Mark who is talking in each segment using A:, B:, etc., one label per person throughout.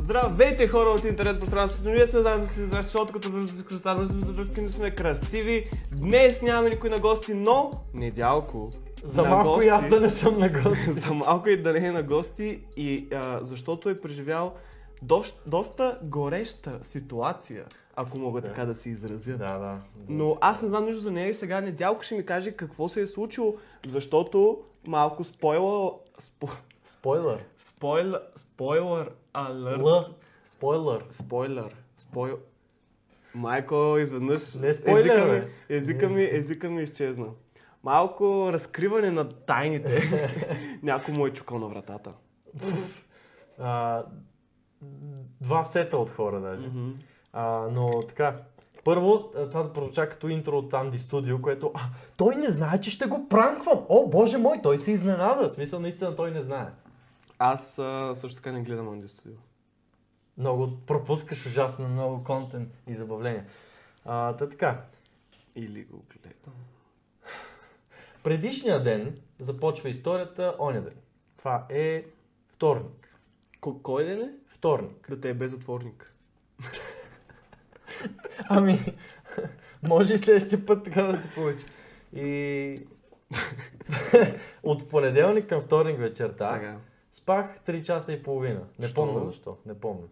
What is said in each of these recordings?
A: Здравейте хора от интернет пространството, ние сме здрави си здрави, защото като да се красаваме, сме добръски, но сме красиви. Днес нямаме никой на гости, но недялко.
B: За
A: на
B: малко
A: гости.
B: и аз да не съм на гости.
A: за малко и да не е на гости, и, а, защото е преживял дош, доста гореща ситуация, ако мога
B: Да.
A: така да се изразя.
B: да, да.
A: Но аз не знам нищо за нея и сега недялко ще ми каже какво се е случило, защото малко спойла... Спо,
B: Спойлер.
A: спойл, спойлър алърт.
B: Л. Спойлер.
A: Спойлер. Спойл... Майко, изведнъж
B: Не спойлер,
A: езика,
B: бе.
A: ми, езика, ми, езика ми изчезна. Малко разкриване на тайните. Някой му е чукал на вратата.
B: А, два сета от хора даже. А, но така, първо, а, това прозвуча като интро от Анди Студио, което а, той не знае, че ще го пранквам. О, боже мой, той се изненада. В смисъл, наистина той не знае.
A: Аз а, също така не гледам Анди Студио.
B: Много пропускаш ужасно много контент и забавления. А, та така,
A: Или го гледам.
B: предишния ден започва историята оня ден. Това е вторник.
A: Ко- кой ден е?
B: Вторник.
A: Да те е без затворник.
B: Ами, може и следващия път така да се получи. И от понеделник към вторник вечерта
A: Така.
B: спах 3 часа и половина. Не
A: Що?
B: помня защо, не помня.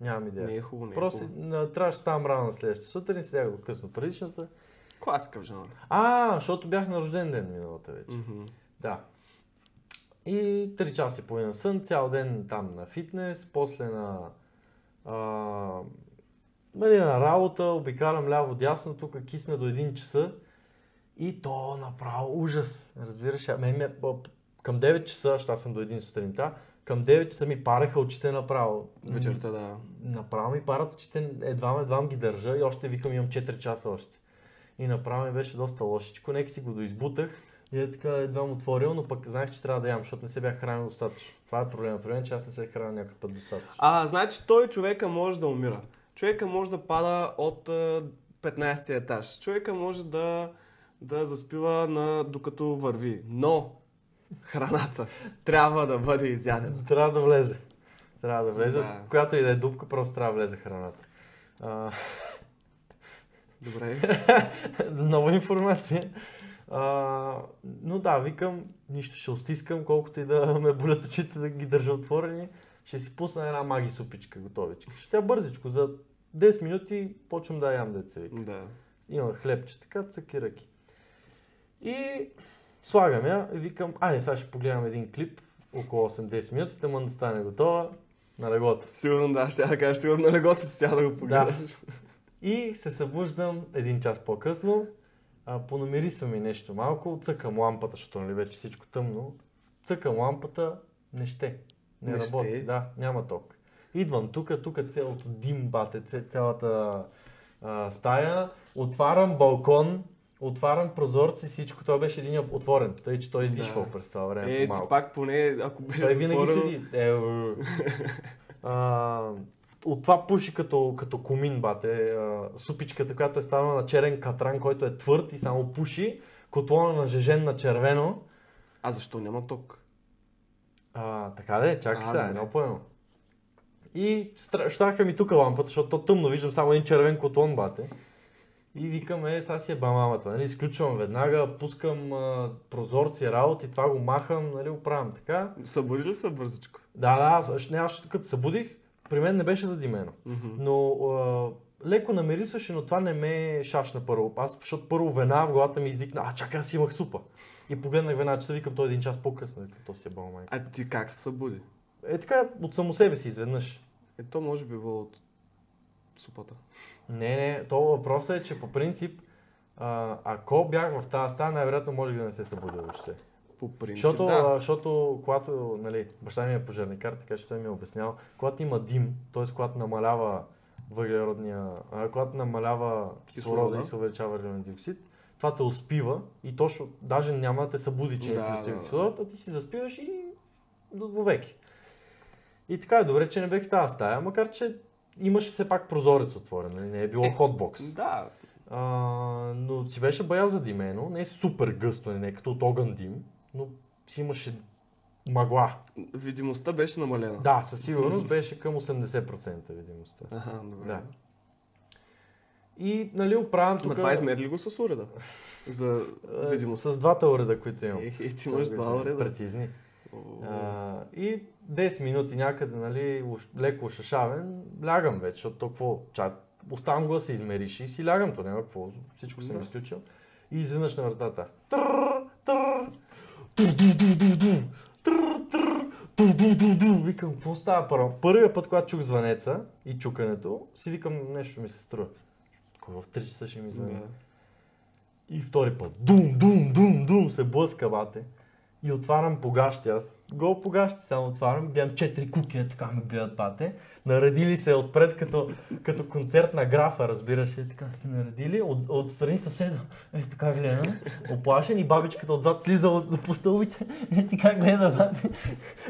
B: Нямам идея.
A: Не е хубаво, не е
B: Просто
A: хубаво.
B: на, трябваше да ставам рано на следващата сутрин, сега го късно предишната.
A: Класика в жанра.
B: А, защото бях на рожден ден миналата вече.
A: Мгм.
B: Да. И 3 часа и половина сън, цял ден там на фитнес, после на, а, нали, на работа, обикалям ляво-дясно, тук кисна до 1 часа и то направо ужас. Разбираш, а мен ме, б- към 9 часа, аз аз съм до 1 сутринта, към 9 часа ми параха очите направо.
A: Вечерта, да.
B: Направо ми парат очите, едва, едва ги държа и още викам имам 4 часа още. И направо ми беше доста лошичко, нека си го доизбутах и е така едва му отворил, но пък знаех, че трябва да ям, защото не се бях хранил достатъчно. Това е проблема при мен, че аз не се храня някакъв път достатъчно.
A: А, значи той човека може да умира. Човека може да пада от а, 15-ти етаж. Човека може да, да заспива на, докато върви. Но храната трябва да бъде изядена.
B: Трябва да влезе. Трябва да влезе.
A: Да.
B: Да. Която и да е дупка, просто трябва да влезе храната. А,
A: Добре.
B: Нова информация. А, но да, викам, нищо ще устискам, колкото и да ме болят очите да ги държа отворени. Ще си пусна една маги супичка готовичка. Ще тя бързичко, за 10 минути почвам да ям деца. Вика.
A: да.
B: Имам хлебче, така цъки ръки. И слагам я и викам, айде сега ще погледам един клип, около 8-10 минути, тъмън да стане готова на легота.
A: Сигурно да, ще я да кажа, сигурно на легото си сега да го погледаш.
B: И се събуждам един час по-късно, а, понамирисва ми нещо малко, цъкам лампата, защото нали вече всичко тъмно. Цъкам лампата, не ще. Не,
A: Не
B: работи,
A: ще?
B: да, няма ток. Идвам тук, тук цялото дим бате, ц- цялата а, стая, отварям балкон, отварям прозорци, всичко, той беше един отворен, тъй че той издишвал
A: Да.
B: през това време
A: Е, ти
B: малко.
A: пак поне, ако беше
B: Той винаги
A: затворено,
B: седи. Е, у. а, от това пуши като, като комин, бате. А, супичката, която е станала на черен катран, който е твърд и само пуши. Котлона на жежен на червено.
A: А защо няма ток?
B: А, така да е, чакай
A: А,
B: сега,
A: добре.
B: едно по едно. И стра- щраха ми тук лампата, защото то тъмно, виждам само един червен котлон, бате. И викам, е, сега си е бамамата, нали, изключвам веднага, пускам а, прозорци, работи, това го махам, нали, оправям така.
A: Събуди ли се бързичко?
B: Да, да, аз, аз, не, аз като се събудих, при мен не беше задимено. Но а, леко намирисваше, но това не ме шашна първо. Аз, защото първо вена в главата ми издикна, а чакай, аз си имах супа. И погледнах вена, че се викам той един час по-късно, викам, то си е бал майка.
A: А ти как се събуди?
B: Е така, от само себе си изведнъж.
A: Е, то може би било от супата.
B: Не, не, то въпросът е, че по принцип, а, ако бях в тази стая, най-вероятно може би да не се събудил въобще.
A: По принцип,
B: Защото,
A: да.
B: а, защото когато, нали, баща ми е пожарникар, така че той ми е обяснял, когато има дим, т.е. когато намалява въглеродния, а, когато намалява кислорода,
A: Кислорода.
B: и се увеличава въглероден диоксид, това те успива и точно, даже няма да те събуди, че
A: Да,
B: да, е
A: да, да.
B: да, кислород, а ти си заспиваш и до вовеки. И така е добре, че не бех в тази стая, макар че имаше все пак прозорец отворен, нали, не е било
A: Е,
B: хотбокс.
A: Да,
B: А, но си беше бая задимено, не е супер гъсто, не е като от огън дим, но си имаше мъгла.
A: Видимостта беше намалена.
B: Да, със сигурност беше към 80% видимостта.
A: Аха, добре.
B: Да. И, нали, оправям
A: Ма
B: тук...
A: това е измерили го с уреда. За
B: е,
A: видимост.
B: С двата уреда, които имам.
A: Е, е, ти имаш два уреда.
B: Прецизни.
A: О,
B: А, и 10 минути някъде, нали, уш- леко шашавен, лягам вече, защото то какво, чат, оставам го да се измериш и си лягам, то няма какво, всичко съм
A: Да.
B: изключил. И изведнъж на вратата. Трррр, трррр, ду, ду, ду, ду, ду, трррр, трррр, ду, ду, ду, ду. Викам, какво става първо? Първия път, когато чух звънеца и чукането, си викам, нещо ми се струва. Кой в 3 часа ще ми звъни?
A: да.
B: И втори път. Дум, дум, дум, дум се блъска, бате. И отварям погащи. Аз гол погащи само отварям. Бям четири куки, е, така ме гледат, бате. Наредили се отпред като, като концерт на графа, разбираш ли? Така се наредили. От, отстрани съседа. Е, така гледа. Оплашен и бабичката отзад слиза от по стълбите. Е, така гледа, бате.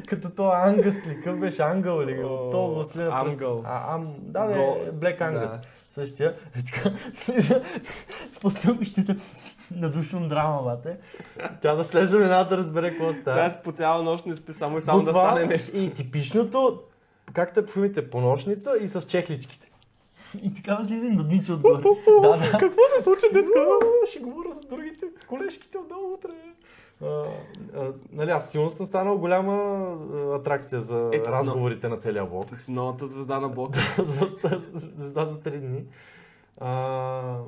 B: Като то Ангъс ли? Къв беше Ангъл ли? От то го следа. пръст.
A: Ангъл.
B: А, ам, да,
A: Гол.
B: да, Блек Ангъс.
A: Да.
B: Същия. Е, така, по стълбищите надушвам драма, бате. Тя да слезе една да разбере какво
A: Трябва
B: става.
A: да ти по цяла нощ не спи, само и само е да
B: Буквално
A: стане нещо.
B: И типичното, как те помите, поношница и с чехличките. И така слизам да нича отгоре. да, да.
A: Какво се случи днес?
B: А, Ще говоря с другите колежките отдолу утре. А, а, нали, аз силно съм станал голяма а, атракция за
A: It's not-
B: разговорите на целия блок.
A: Ти си новата звезда на блока.
B: за, за, за три дни. А,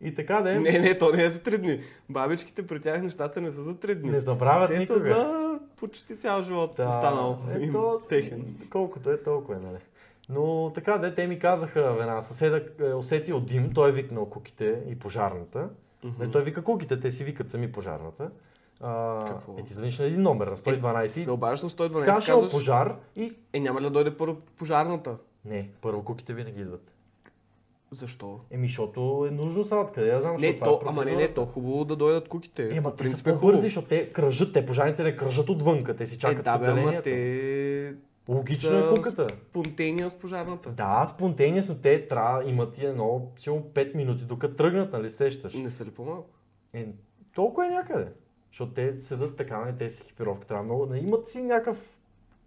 B: и така да е.
A: Не, не, то не е за три дни. Бабичките при тях нещата не са за три дни.
B: Не забравят
A: Те
B: никога.
A: са за почти цял живот
B: Да,
A: останал
B: е,
A: им
B: то-
A: техен.
B: Колкото е, толкова е, нали? Но така де, те ми казаха, една съседа е, усетил дим, той е викнал куките и пожарната.
A: Мгм.
B: Не, той вика куките, те си викат сами пожарната. А,
A: Какво?
B: Е, ти звъниш на един номер, на 112
A: Е, Се
B: и
A: обаждаш на 112
B: кашал
A: казваш,
B: пожар и...
A: е няма ли да дойде първо пожарната?
B: Не, първо куките винаги идват.
A: Защо?
B: Еми, защото е нужно са откъде, я знам,
A: Не,
B: защото това
A: то,
B: е
A: ама не, не,
B: процедура.
A: то хубаво да дойдат куките.
B: Е,
A: По
B: ма те са
A: принцип е хубаво.
B: по-бързи, защото те кръжат, те пожарните не кръжат отвънка, те си
A: Е,
B: чакат
A: да, бе, ама
B: отделението.
A: те
B: Логично
A: са
B: е куката.
A: спонтения с пожарната.
B: Да, спонтения, но те трябва имат и едно, силно 5 минути, докато тръгнат, нали сещаш?
A: Не са ли по-малко?
B: Е, толкова е някъде. Защото те седат така, не, те с екипировка трябва много, не, имат си някакъв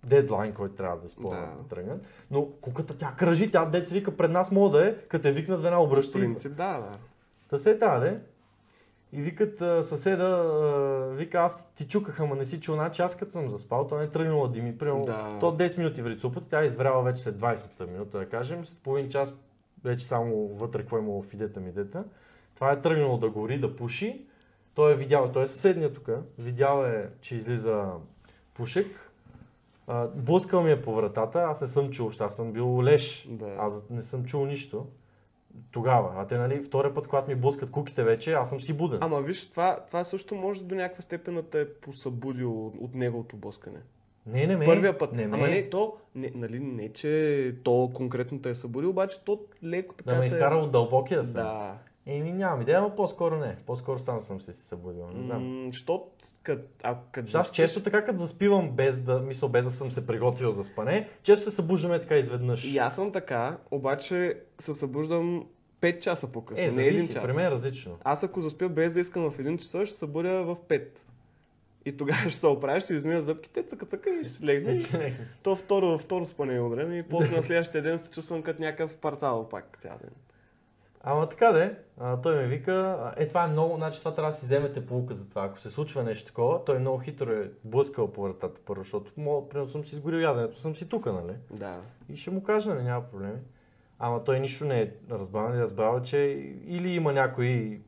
B: дедлайн, който трябва да изпълнят,
A: Да.
B: да. тръгнат. Но куката тя кръжи, тя деца вика пред нас мога да е, като те викнат в една
A: В
B: обръща. и идва.
A: принцип, да, да.
B: Та се е тая, де. И викат а, съседа, а, вика аз ти чуках, ама не си чул, значи аз като съм заспал, то не е тръгнала Дими, примерно,
A: Да.
B: то 10 минути в рицупата, тя е извряла вече след 20-та минута, да кажем, след половин час вече само вътре какво е имало в идета ми дета. Това е тръгнало да гори, да пуши, той е видял, той е съседния тук, видял е, че излиза пушек, а, блъскал ми е по вратата, аз не съм чул, защото аз съм бил леш,
A: Да.
B: аз не съм чул нищо. Тогава. А те, нали, втория път, когато ми блъскат куките вече, аз съм си буден.
A: Ама виж, това, това също може до някаква степен да те е посъбудил от неговото блъскане.
B: не, не ме.
A: Първия път.
B: Не, ме.
A: Ама не, то, не, нали, не, че то конкретно те е събудил, обаче то леко така
B: Да е ме
A: те-
B: изкара от дълбокия сън.
A: Да.
B: Еми, нямам идея, но по-скоро не. По-скоро сам съм се си събудил. Не знам.
A: М, Що, кът, а, кът,
B: Аз често така, като заспивам без да, мисъл, без да съм се приготвил за спане, често се събуждаме така изведнъж.
A: И аз съм така, обаче се събуждам 5 часа по-късно,
B: е,
A: не
B: зависи,
A: 1 час.
B: при мен е различно.
A: Аз ако заспя без да искам в 1 часа, ще се събудя в 5. И тогава ще се оправиш, ще измия зъбките, цъка цъка и ще си легна. И То второ, второ спане имам време и после на следващия ден се чувствам като някакъв парцал пак цял ден.
B: Ама така де, а, той ми вика, а, е това е много, значи това трябва да си вземете полука за това. Ако се случва нещо такова, той много хитро е блъскал по вратата първо, защото мога, примерно съм си изгорил яденето, съм си тука, нали?
A: Да.
B: И ще му кажа, нали, няма проблеми. Ама той нищо не е разбрал, нали, разбрал, е, че или има някой,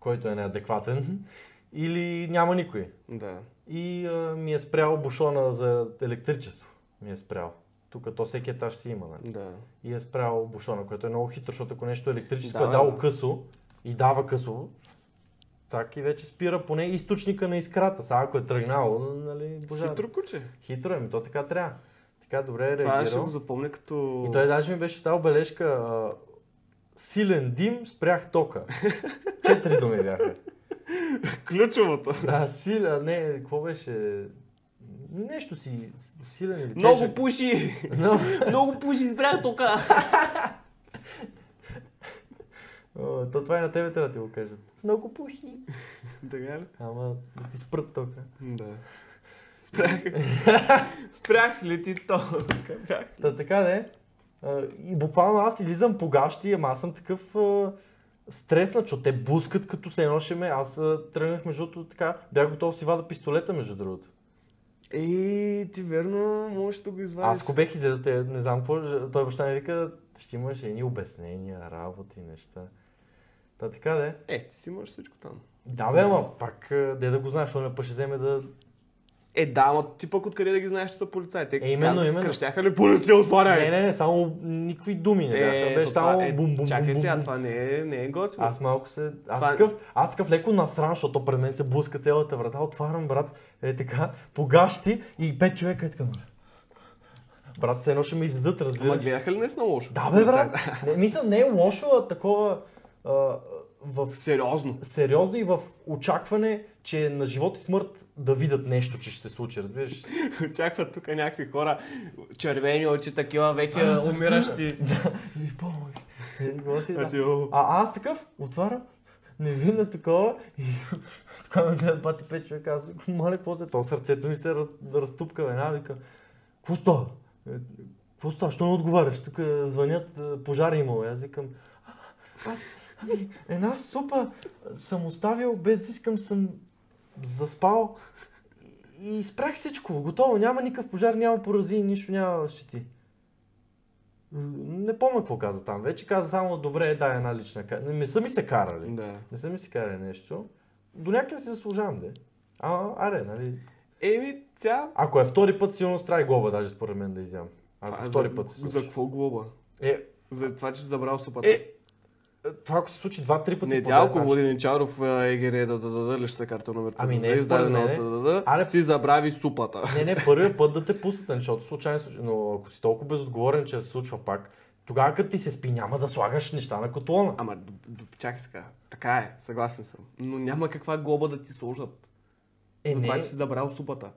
B: който е неадекватен, или няма никой.
A: Да.
B: И а, ми е спрял бушона за електричество. Ми е спрял. Тук то всеки етаж си има, нали?
A: Да.
B: и е спрял бушона, което е много хитро, защото ако нещо електрическо
A: Да,
B: е
A: бе,
B: дало
A: да.
B: късо и дава късо, так и вече спира поне източника на искрата. Сега ако е тръгнало, нали, божа.
A: Хитро куче.
B: хитро е, ми то така трябва. Така добре е
A: Това ще
B: реагирал.
A: го запомня като...
B: И той даже ми беше стал бележка а, силен дим, спрях тока. Четири думи бяха.
A: Ключовото.
B: Да, силен, не, какво беше? Нещо си силен или
A: Много
B: тежък.
A: пуши!
B: Много
A: Много пуши, избрах тока!
B: О, То това и на тебе трябва да ти го кажат. Много пуши.
A: Така ли?
B: Ама да ти спрат тока.
A: Да. Спрях. Спрях, лети то. Бях.
B: Та така не. И буквално аз излизам по гащи, ама аз съм такъв а, стресна, че те бускат като се едно ще ме. Аз а, тръгнах между другото така, бях готов да си вада пистолета между другото.
A: Ей, ти верно можеш да го извадиш.
B: Аз ако бех излезъл, те не знам какво, ж- той баща ми вика, ще имаш едни обяснения, работи, неща. Та така де.
A: Е, ти си имаш всичко там.
B: Да бе, ама пак, а, де да го знаеш, он път ще вземе да...
A: Е, да, но ти пък откъде да ги знаеш, че са полицаи? Те
B: Е, именно,
A: казаха,
B: именно.
A: Кръщяха ли полиция, отваряй!
B: Не, не, не, само никакви думи не бяха.
A: Е,
B: Беше
A: то това
B: само
A: е,
B: бум бум
A: Чакай
B: бум, бум,
A: сега,
B: бум.
A: това не е, не е готино.
B: Аз малко се. Аз,
A: Това- е-
B: такъв, аз такъв леко насран, защото пред мен се блъска цялата врата. Отварям, брат, е така, погащи и пет човека е така. Брат, все едно ще ме издадат,
A: Ама
B: разбираш.
A: гледаха ли днес на лошо?
B: Да, бе, брат.
A: Полицаите?
B: Не, мисля, не е лошо, а такова а, в
A: Сериозно.
B: сериозно и в очакване, че на живот и смърт да видят нещо, че ще се случи, разбираш.
A: Очакват тук някакви хора, червени очи, такива вече умиращи.
B: Ми, помоги. Е, какво си, да.
A: А ти, о.
B: А аз такъв отварям, не видна такова и така ме гледа бати пет човека, аз викам, моля, какво се? То сърцето ми се раз, разтупка, една вика, какво става? Е, Какво става? Що не отговаряш? Тук е, звънят, е, пожар е имало. И Аз викам, «А, аз ами, една супа съм оставил, без да искам съм заспал и спрях всичко. Готово, няма никакъв пожар, няма порази, нищо няма щети. Не помня какво каза там вече. Каза само, добре, да, една лична кара. Не са ми се карали.
A: Да.
B: Не са ми се карали нещо. До някъде си заслужавам, де. А, аре, нали?
A: Еми, тя...
B: Ако е втори път, сигурно страй глоба, даже според мен да изям. Ако
A: Това е
B: втори
A: за,
B: път се случи.
A: За какво глоба?
B: Е,
A: За това, че си забрал супата.
B: е, това ако се случи два-три пъти. значи-
A: Недялко е,
B: подред,
A: Владимирчаров егере да даде лищата карта номер 3.
B: Ами не, според мен е. Аре-
A: си забрави супата.
B: Не, не, първият път да те пуснат, нали, защото случайно случай. Но ако си толкова безотговорен, че се случва пак, тогава като ти се спи, няма да слагаш неща на котлона.
A: Ама, д- д- чакай сега. Така е, съгласен съм. Но няма каква глоба да ти сложат.
B: Е,
A: за това,
B: не,
A: че си забрал супата.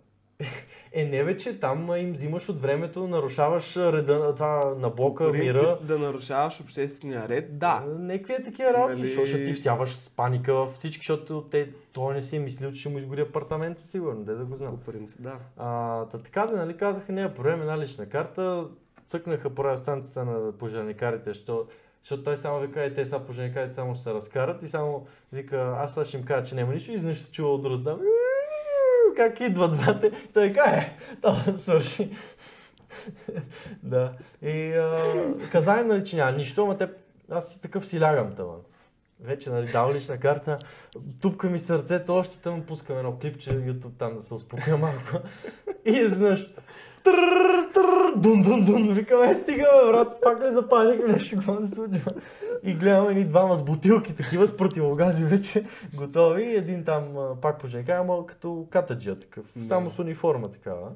B: е, не вече там а, им взимаш от времето, нарушаваш а, реда на това на блока,
A: Принцип
B: мира.
A: да нарушаваш обществения ред,
B: А,
A: да.
B: Некви е такива работи,
A: Нали-
B: защото ти всяваш с паника във всички, защото те, той не си е мислил, че ще му изгори апартамента, сигурно, де да го знам.
A: По принцип, да.
B: А, та така да, нали, казаха, не е проблем, една лична карта, цъкнаха по станцията на пожарникарите, що, защото той само вика, е, те са пожарникарите само ще се разкарат и само вика, аз сега ще им кажа, че няма нищо и изведнъж се чува от друга страна. «Ууу, Как идват, брате? Той ка е, това свърши. да. И а, каза им, нали, че няма нищо, ама те, аз си такъв си лягам тъмън. Вече, нали, дава лична карта, тупка ми сърцето, още там пускам едно клипче в YouTube там да се успокоя малко. И изведнъж. трррр, трррр, Дун, дун, дун. Викам, е, стига, бе, брат, пак ли западих нещо, какво се случва? И гледам едни двама с бутилки, такива с противогази вече готови. И един там а, пак поженка, ама като катаджия такъв.
A: Да.
B: Само с униформа такава.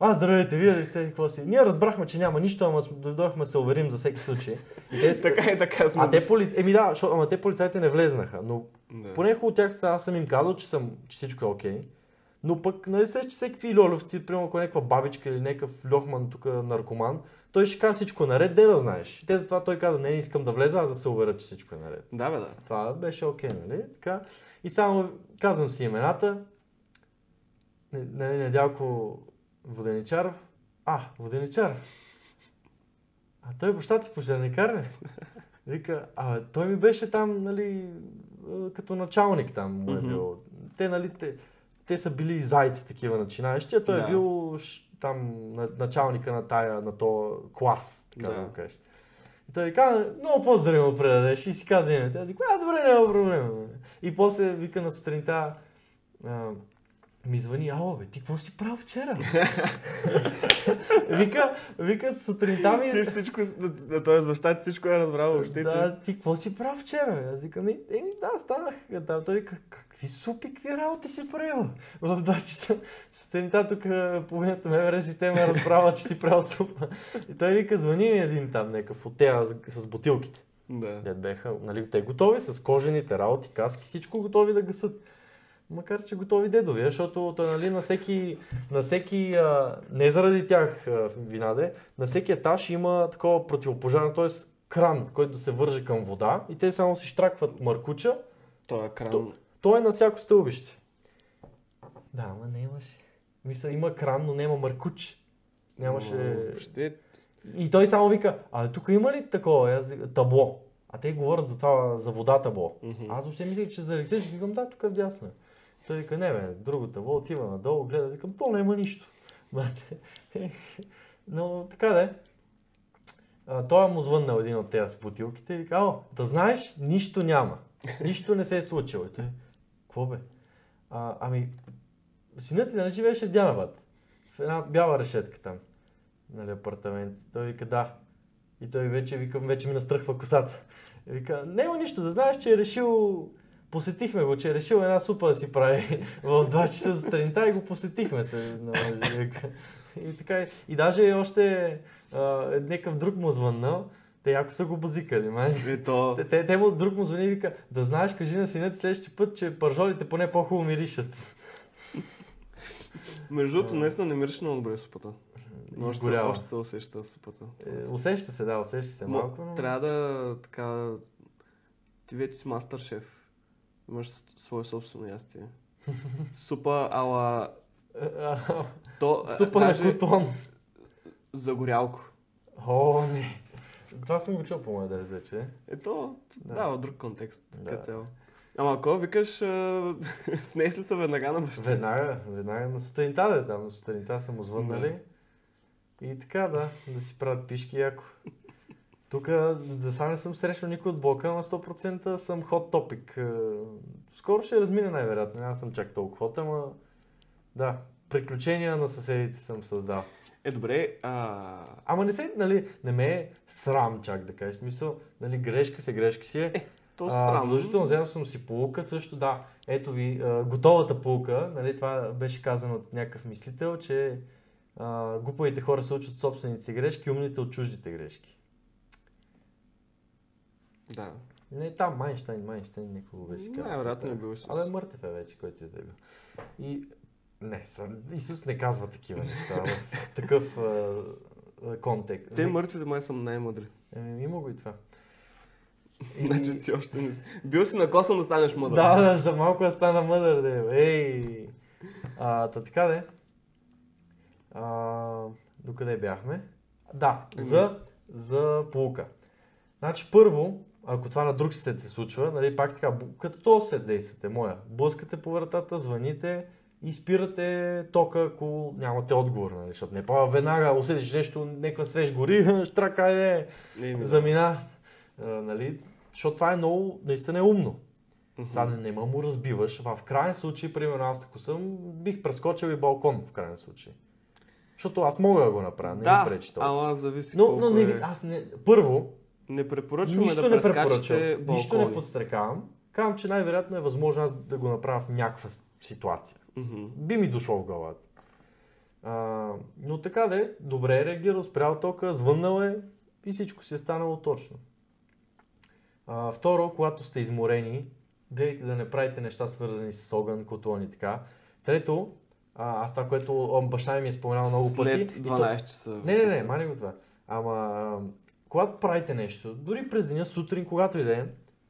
B: А, здравейте, вие ли сте, какво си? Ние разбрахме, че няма нищо, ама с- дойдохме да се уверим за всеки случай. И те,
A: Така е, така сме.
B: а те, поли... Еми да, защото- ама те полицайите не влезнаха, но
A: Да.
B: поне хубаво тях са, аз съм им казал, че, съм, че всичко е окей. Но пък, нали се, че всеки льолевци, примерно ако е някаква бабичка или някакъв льохман тук наркоман, той ще каже всичко е наред, де да знаеш. И те затова той каза, не, не искам да влеза, аз да се уверя, че всичко е наред.
A: Да, бе, да.
B: Това беше окей, нали? Така. И само казвам си имената. Н- Нали, Недялко Воденичаров. А, Воденичаров. А той е баща ти пожарникар, не? Вика, а той ми беше там, нали, а, като началник там му е
A: Мгм.
B: бил. Те, нали, те, те са били зайци такива начинаещи, а той
A: Да.
B: е бил ш- там на- началника на тая, на то клас, така да,
A: Да.
B: го кажеш. И той ви каза, много по-здраве му предадеш и си каза името. Аз викам, а добре, няма проблем. бе. И после вика на сутринта, а, ми звъни, ало бе, ти какво си правил вчера? вика, вика сутринта ми...
A: Ти всичко, т.е. баща ти всичко е разбрал въобще.
B: е- Да, ти какво си прав вчера? бе? Аз викам, «Ми, еми да, станах. Там той вика, какви супи, какви работи си правил? В 2 часа сутринта тук е, половината МВР система е разбрала, че си правил супа. И той вика, звъни ми един там, някакъв от тея с, с бутилките.
A: Да.
B: Дед беха, нали, те готови с кожените работи, каски, всичко готови да гасат. Макар, че готови дедови, защото той, нали, на всеки, на всеки а, не заради тях а, винаде, на всеки етаж има такова противопожарно, т.е. кран, който се върже към вода и те само си штракват маркуча,
A: Той е кран.
B: То- той е на всяко стълбище. Да, ама не имаше. Мисля, има кран, но няма мъркуч. Нямаше...
A: Ама, Въобще,
B: И той само вика, а тук има ли такова аз вика, табло? А те говорят за това, за вода табло.
A: Мгм.
B: Аз въобще мислих, че за електричество викам, да, тук е вдясно. е. Той вика, не бе, друго табло, отива надолу, гледа, викам, то няма нищо. Брате. е, Но така да е. А, Той му звъннал един от тези с бутилките и вика, о, да знаеш, нищо няма. Нищо не се е случило. И той, какво бе? А, ами, синът ти нали живееше в Дянабад? В една бяла решетка там. Нали, апартамент. Той вика, да. И той вече, викам, вече ми настръхва косата. И вика, няма нищо, да знаеш, че е решил... Посетихме го, че е решил една супа да си прави в 2 часа сутринта и го посетихме се. нали, вика. И, така, е. и даже още а, е някакъв друг му звъннал, те яко са го базикали, май.
A: е то...
B: Те, те, те му друг му звъни и вика, да знаеш, кажи на синът следващия път, че пържолите поне по-хубаво миришат.
A: Между другото, наистина не мирише много добре супата. Но още, се-
B: Е, Изгорява.
A: още се усеща супата.
B: Е, усеща се, да, усеща се
A: Ма,
B: малко, но...
A: Трябва да така... Ти вече си мастър шеф. Имаш с- свое собствено ястие. Супа ала...
B: А,
A: То,
B: а,
A: а,
B: Супа на кутон.
A: загорялко.
B: О, не. Това съм го чул по моя да вече.
A: Ето, да,
B: Да.
A: да в Е, друг контекст.
B: Да.
A: Така цяло. Ама ако викаш, а, снес ли се веднага на баща? ти?
B: Веднага, веднага на сутринта, да, там на сутринта са му звъннали. И така, да, да си правят пишки яко. Тук за сега не съм срещал никой от блока, но 100% съм хот топик. Скоро ще размина най-вероятно, аз съм чак толкова hot, ама да, приключения на съседите съм създал.
A: Е, добре, а...
B: Ама не се, нали, не ме е срам чак да кажеш. Мисъл, нали, грешка се, грешка си е.
A: То
B: А,
A: срам.
B: задължително взел съм си полука също, да. Ето ви, а, готовата полука, нали, това беше казано от някакъв мислител, че а, глупавите хора се учат от собствените си грешки, умните от чуждите грешки.
A: Да.
B: Не, там Майнштайн, Майнштайн, някой го беше казал.
A: Най-вероятно е бил
B: Абе,
A: с...
B: мъртъв е вече, който и да е бил. И... Не, съ- Исус не казва такива неща в такъв а, а, контекст.
A: Те мъртвите май са най-мъдри.
B: Еми, има го и това. И-
A: Значи ти още не си. Бил си на косъм да станеш мъдър.
B: Да, да, за малко да стана мъдър, да е, Ей! А, та така де. А, докъде бяхме? Да,
A: Еми.
B: за, за полука. Значи първо, ако това на друг сет се случва, нали, пак така, бу- като този сет действате, моя, блъскате по вратата, звъните и спирате тока, ако нямате отговор, нали, защото не па веднага усетиш нещо, някаква свеж гори, штрака е,
A: Не, ми.
B: замина, а, нали, защото това е много, наистина е умно. Сега не, нема му разбиваш. А в крайен случай, примерно аз ако съм, бих прескочил и балкон в крайен случай. Защото аз мога да го направя, не ми
A: да,
B: пречи това.
A: ама зависи
B: Но,
A: колко
B: но не,
A: е.
B: ви- аз не, първо,
A: Не препоръчваме
B: нищо
A: да
B: не
A: прескачате
B: препоръчвам, нищо не
A: балкони.
B: подстрекавам. Казвам, че най-вероятно е възможно аз да го направя в някаква с- ситуация.
A: Мгм.
B: Би ми дошло в главата. А, но така да е, добре е реагирал, спрял тока, звъннал е и всичко си е станало точно. А, второ, когато сте изморени, гледайте да не правите неща свързани с огън, котлон и така. Трето, а, аз това, което о, баща ми ми е споменал много пъти.
A: След
B: и то-
A: 12 часа.
B: не, не, не,
A: вечерта.
B: мани го това. Ама, а, когато правите нещо, дори през деня, сутрин, когато и да е,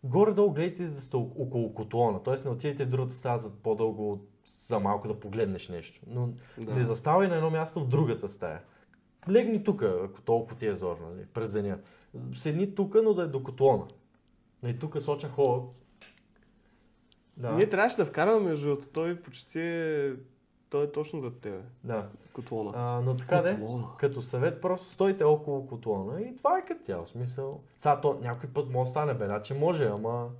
B: горе-долу гледайте да сте о- около котлона. Тоест не отидете в другата стая за по-дълго, от- за малко да погледнеш нещо. Но
A: Да.
B: не заставай на едно място в другата стая. Легни тук, ако толкова ти е зорно, нали, през деня. Седни тук, но да е до котлона. И тук соча хора. Да,
A: Ние трябваше да вкараме между другото. Той почти е... Той е точно за тебе.
B: да.
A: Котлона.
B: А, но така е. де.
A: Котлона.
B: като съвет просто стойте около котлона и това е като цяло смисъл. Сега то някой път може да стане беда, че може, ама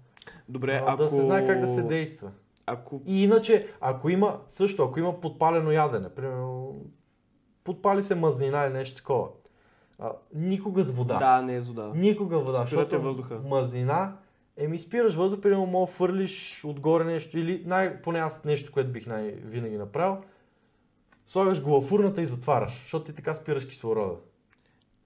A: Добре,
B: а,
A: ако...
B: да се знае как да се действа.
A: Ако...
B: И иначе, ако има, също, ако има подпалено ядене, примерно, подпали се мазнина или нещо такова, а, никога с вода.
A: Да, да не е зода.
B: Никога вода.
A: Спирате
B: защото
A: въздуха.
B: Мазнина. Еми спираш въздух, примерно мога да фърлиш отгоре нещо или най- поне аз нещо, което бих най- винаги направил. Слагаш го във фурната и затваряш, защото ти така спираш кислорода.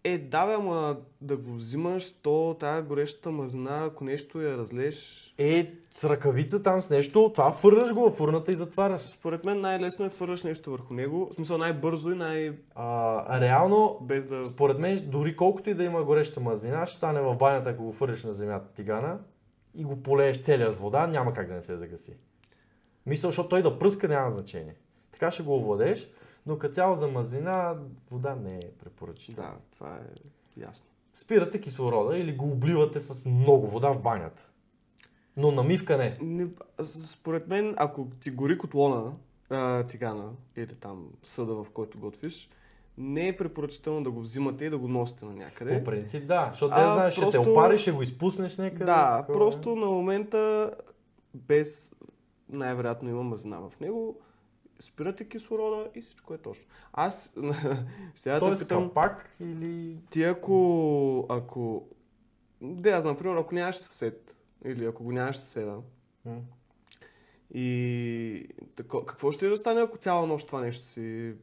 A: Е, да, бе, ама да го взимаш, то тая горещата мазнина, ако нещо я разлеш...
B: Е, с ръкавица там с нещо, това фърляш го във фурната и затваряш.
A: Според мен най-лесно е фърляш нещо върху него. В смисъл най-бързо и най...
B: А, а реално,
A: без да...
B: според мен, дори колкото и да има гореща мазнина, ще стане в банята, ако го фърлиш на земята тигана и го полееш целия с вода, няма как да не се загаси. Мисля, защото той да пръска няма значение. Така ще го овладееш, но като цяло за мазнина вода не е препоръчителна.
A: Да, това е ясно.
B: Спирате кислорода или го обливате с много вода в банята. Но намивка не.
A: Не, а, с- според мен, ако ти гори котлона, а, тигана или там съда, в който готвиш, не е препоръчително да го взимате и да го носите на някъде.
B: По принцип да, защото
A: А,
B: да знаеш, ще те
A: просто-
B: опариш, ще го изпуснеш някъде.
A: Да,
B: е такова.
A: просто на момента без най-вероятно има мазнина в него, спирате кислорода и всичко е точно. Аз сега да
B: Тоест
A: питам,
B: капак или...
A: ти ако, ако, да аз например, ако нямаш съсед или ако го нямаш съседа
B: М.
A: и тако, какво ще да стане, ако цяла нощ това нещо си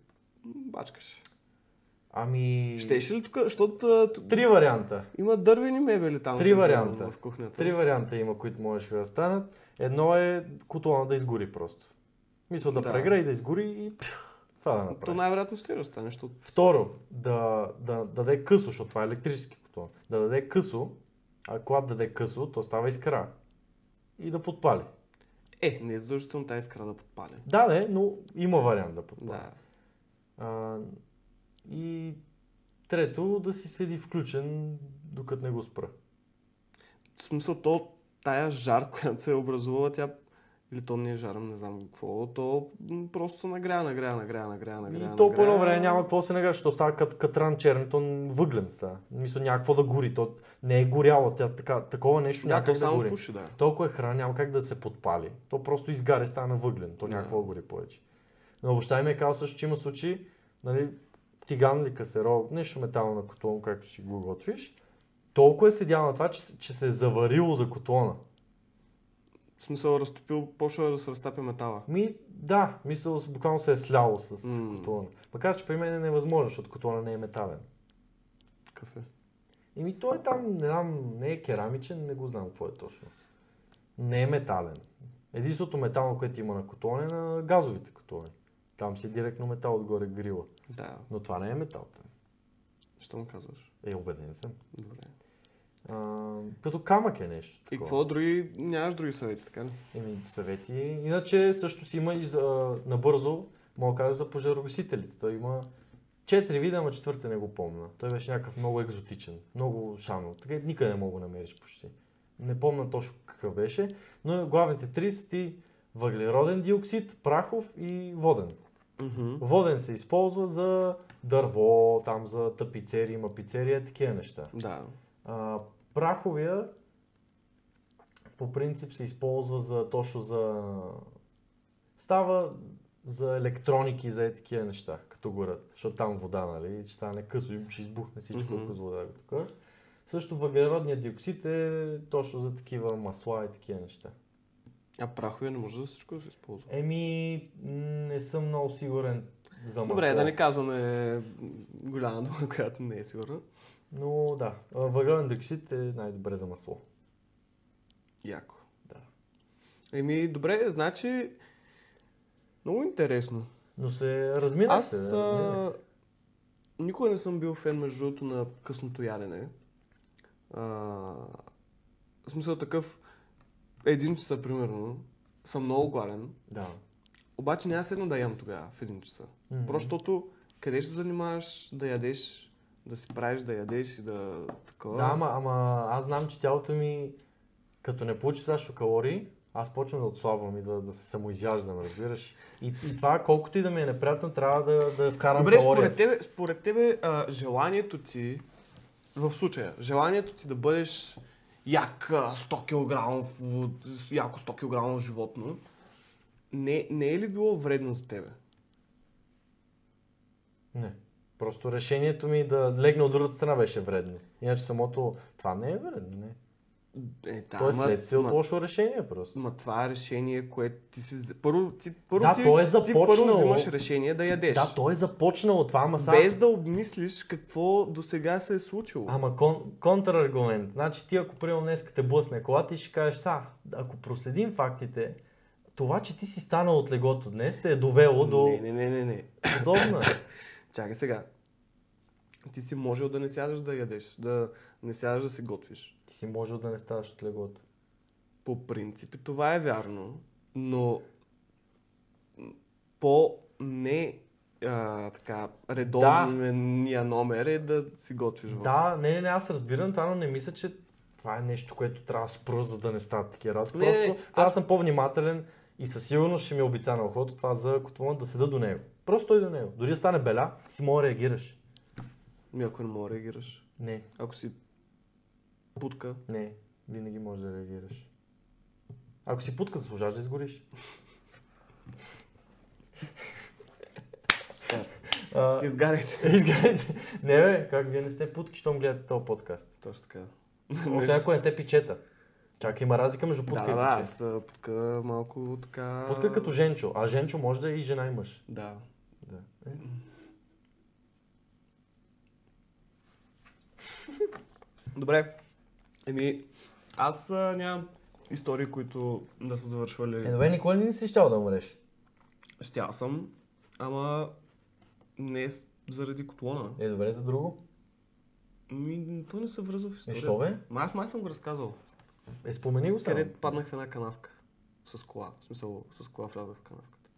A: бачкаш?
B: Ами...
A: Щеше ли тук, защото т-
B: Три варианта.
A: има дървени мебели там
B: Три
A: в-
B: варианта.
A: в кухнята.
B: Три варианта има, които можеш да станат. Едно е котлона да изгори просто. Мисля да,
A: Да.
B: прегре и да изгори и пф, това да направи.
A: То най-вероятно ще да стане, защото
B: Второ, да, да, даде късо, защото това е електрически котлон. Да даде късо, а когато даде късо, то става искра. И да подпали.
A: Е, не е задължително тази искра да подпали.
B: Да, не, но има вариант да подпали.
A: Да.
B: А, и трето, да си седи включен, докато не го спра.
A: В смисъл, то тая жар, която се е образувала, тя или то не е жар, не знам какво, то м, просто нагря, нагря, нагря, нагря, нагря.
B: И то по едно
A: нагря.
B: време няма какво да се нагрява, защото става кат, катран черен, то въглен става. Мисля, някакво да гори, то не е горяло, тя, така, такова нещо няма
A: Да, то
B: как да
A: само
B: гори.
A: пуши, да.
B: Толкова е храна, няма как да се подпали. То просто изгаря, и става на въглен, то
A: Да.
B: няма какво да гори повече. Но баща ми е казал също, че има случаи, нали, тиган или касерол, нещо метално на котлон, както си го готвиш, толкова е седял на това, че, се- че се е заварило за котлона.
A: В смисъл, разтопил, почва да се разтапя метала.
B: Ми, Ами, да, мисъл, с- буквално се е сляло с
A: М.
B: котлона. Макар, че при мен е невъзможно, защото котлона не е метален.
A: Кафе.
B: Еми той е там, не знам, не е керамичен, не го знам какво е точно. Не е метален. Единството метално, което има на котлон е на газовите котлони. Там си е директно метал отгоре грила.
A: Да,
B: Но това не е метал.
A: що му казваш?
B: Е, убеден съм.
A: Добре.
B: А, като камък е нещо.
A: И
B: такова.
A: какво други, нямаш други съвети, така ли?
B: Еми, съвети. Иначе също си има и за, набързо, мога да кажа за пожарогасителите. Той има четири вида, ама четвърта не го помна. Той беше някакъв много екзотичен, много шано. Така никъде не мога да го намериш почти. Не помна точно какъв беше, но главните три са ти въглероден диоксид, прахов и воден.
A: Мгм.
B: Воден се използва за дърво, там за тъпицери, има пицерия, такива неща.
A: Да.
B: А, праховия по принцип се използва за точно за... Става за електроники и за е такива неща, като горят, защото там вода, нали, ще стане късо и ще избухне всичко,
A: Мгм.
B: ако с вода го така. Също въглеродният диоксид е точно за такива масла и такива неща.
A: А прахове не може за всичко да се използва.
B: Еми, м, не съм много сигурен за масло.
A: Добре, да не казваме м, голяма дума, която не е сигурна.
B: Но да, а, въглероден диоксид е най-добре за масло.
A: Яко.
B: Да.
A: Еми, добре, значи. Много интересно.
B: Но се размина се.
A: Аз
B: размина.
A: а, никога не съм бил фен, между другото, на късното ядене. А, в смисъл такъв, един часа, примерно, съм много гладен,
B: Да.
A: обаче няма седна да ям тогава в един часа.
B: Мгм.
A: Просто защото къде ще се занимаваш да ядеш, да си правиш, да ядеш и да такова.
B: Да, ама, ама аз знам, че тялото ми, като не получи също калории, аз почвам да отслабвам и да, да се самоизяждам, разбираш. И, и това, колкото и да ми е неприятно, трябва да, да вкарам
A: Добре,
B: калория.
A: според тебе, според тебе а, желанието ти, в случая, желанието ти да бъдеш як а, 100 кг, в- яко 100 кг животно, не, не е ли било вредно за тебе?
B: Не. Просто решението ми да легна от другата страна беше вредно. Иначе самото, това не е вредно, не.
A: Е, да,
B: То е следствие от
A: ма,
B: лошо решение просто.
A: ма, това е решение, което ти си взе... Първо, ти, първо,
B: Да,
A: ти,
B: то е
A: ти първо
B: започнало.
A: взимаш решение да ядеш.
B: Да, то е започнало това, ама сега...
A: без да обмислиш какво до сега се е случило.
B: Ама кон, контраргумент. Значи ти ако приема днес те блъсне колата и ще кажеш, са, ако проследим фактите, това, че ти си станал от легото днес, те е довело до
A: Не, не, не, не, не.
B: подобна.
A: Чакай сега. Ти си можел да не сядаш да ядеш, да не сядаш да се готвиш.
B: ти си можел да не ставаш от легото.
A: По принцип и това е вярно, но по не а, така, редовния номер е да си готвиш в.
B: Да, не, не, не, аз разбирам това, но не мисля, че това е нещо, което трябва да спра, за да не стават такива работи.
A: Не,
B: Просто
A: не,
B: аз...
A: аз-
B: съм по-внимателен и със сигурност ще ми е обица на ухото това за като мога да седа до него. Просто той до него. Дори да стане беля, ти мога да реагираш.
A: Ми, ако не мога да реагираш.
B: Не,
A: Ако си путка.
B: не, винаги можеш да реагираш. Ако си путка, заслужаваш да изгориш.
A: Супер.
B: А,
A: Изгаряйте.
B: изгледайте. не бе, как вие не сте путки, щом гледате този подкаст.
A: Точно така.
B: Освен ако не сте пичета. Чакай, има разлика между
A: Да,
B: путка
A: да,
B: и пиче.
A: аз а, путка малко така...
B: Путка като женчо, а женчо може да е и жена и мъж.
A: Да.
B: Да.
A: Добре. Еми, аз а, нямам истории, които да са
B: Е,
A: завършвали.
B: добре, никога не си щял да умреш.
A: Щял съм, ама не с- заради котлона.
B: Е, добре, за друго.
A: Ми, то не се връзва в историята.
B: Е, що бе?
A: Ма аз май съм го разказвал.
B: Е, спомени го само.
A: Къде паднах в една канавка. С кола. В смисъл, с кола влязох в канавката.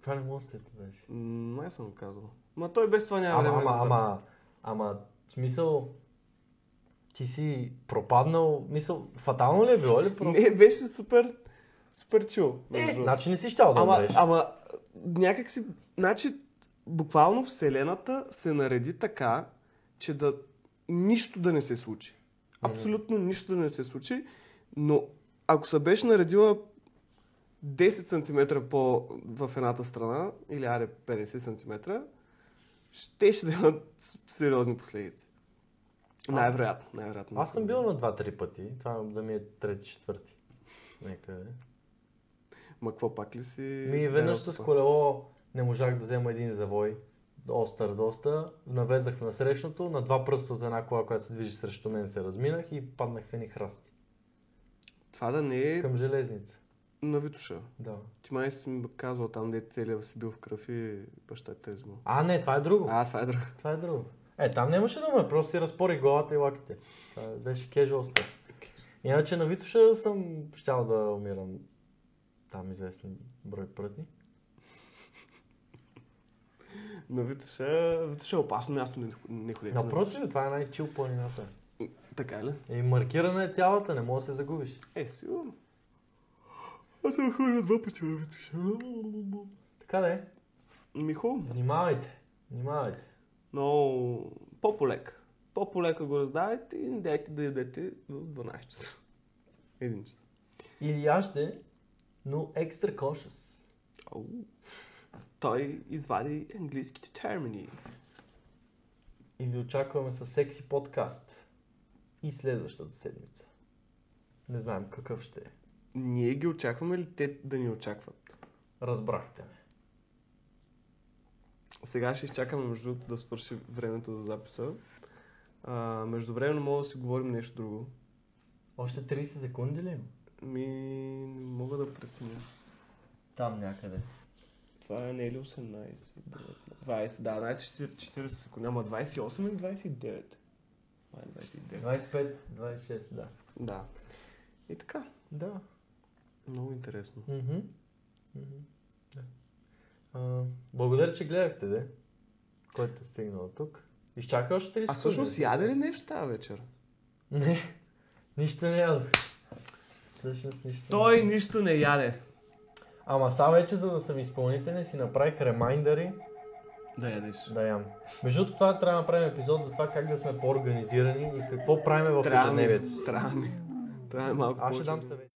B: Това не мога да се сетя даже.
A: М, Май съм го казвал. Ма той без това няма
B: Ама,
A: време
B: ама,
A: за запис.
B: ама, ама, в смисъл, ти си пропаднал, мисъл, фатално ли е било или просто?
A: Не, беше супер, супер чул.
B: Е, значи не си щял да
A: Ама,
B: умреш.
A: ама, някак си, значи, буквално Вселената се нареди така, че да нищо да не се случи. Абсолютно нищо да не се случи, но ако се беше наредила 10 см по в едната страна, или аре 50 см, ще ще да имат с- сериозни последици.
B: А.
A: Най-вероятно, най-вероятно.
B: Аз съм бил на два-три пъти, това да ми е трети-четвърти. Нека е.
A: Ма какво пак ли си?
B: Ми
A: спрял
B: веднъж
A: това?
B: с колело не можах да взема един завой. Остър доста. Навезах на срещното, на два пръста от една кола, която се движи срещу мен, се разминах и паднах в едни храсти.
A: Това да не е
B: Към железница.
A: на Витуша.
B: Да.
A: Ти май си ми казвал там, де целия си бил в кръв и баща ти е взимал.
B: А, не, това е друго.
A: А, това е друго.
B: Това е друго. Е, там нямаше да ме, просто си разпори главата и лаките. Това е- беше кежуал стъп. Иначе на Витоша съм щял да умирам там известен брой пръти.
A: Но Витуша, Витуша е опасно място, не, не ходете. на
B: Напротив, това е най-чил планината.
A: Витуша. Така е ли?
B: И маркирана е цялата, не може да се загубиш.
A: Е, сигурно. Аз съм ходил два пъти във Витуша.
B: Така да е.
A: Ми хубаво.
B: Внимавайте. Внимавайте.
A: Но по-полека. По-полека го раздавайте и не дайте да ядете в 12 часа. Един часа.
B: Или аз ще, но екстра conscious.
A: Ау. Той извади английските термини.
B: И ви очакваме със секси подкаст. И следващата седмица. Не знаем какъв ще е.
A: Ние ги очакваме ли те да ни очакват?
B: Разбрахте ме.
A: Сега ще изчакаме между другото да свърши времето за записа. А, между време мога да си говорим нещо друго.
B: Още 30 секунди ли има?
A: Ми, не мога да преценя.
B: Там някъде.
A: Това е не е ли 18? 20, да, значи 40, 40 секунди. Ама 28 или 29? Май 29.
B: 25, 26, да.
A: Да. И така.
B: Да.
A: Много интересно.
B: Мгм. Мгм. Да. А, благодаря, че гледахте, де. Който е стигнал до тук. Изчакай още 30 секунди.
A: А всъщност яде ли нещо тази вечер?
B: Не. Нищо не ядох. Всъщност нищо. не
A: Той нищо не яде.
B: Ама сега вече, за да съм изпълнителен, си направих ремайндъри
A: Да ядеш.
B: да ям. Между другото, това трябва да направим епизод за това как да сме по-организирани и какво правим в
A: Трябва ми.
B: ежедневието си.
A: Трябва ми. Трябва ми малко
B: Аз ще
A: повече
B: дам
A: да-
B: съвет.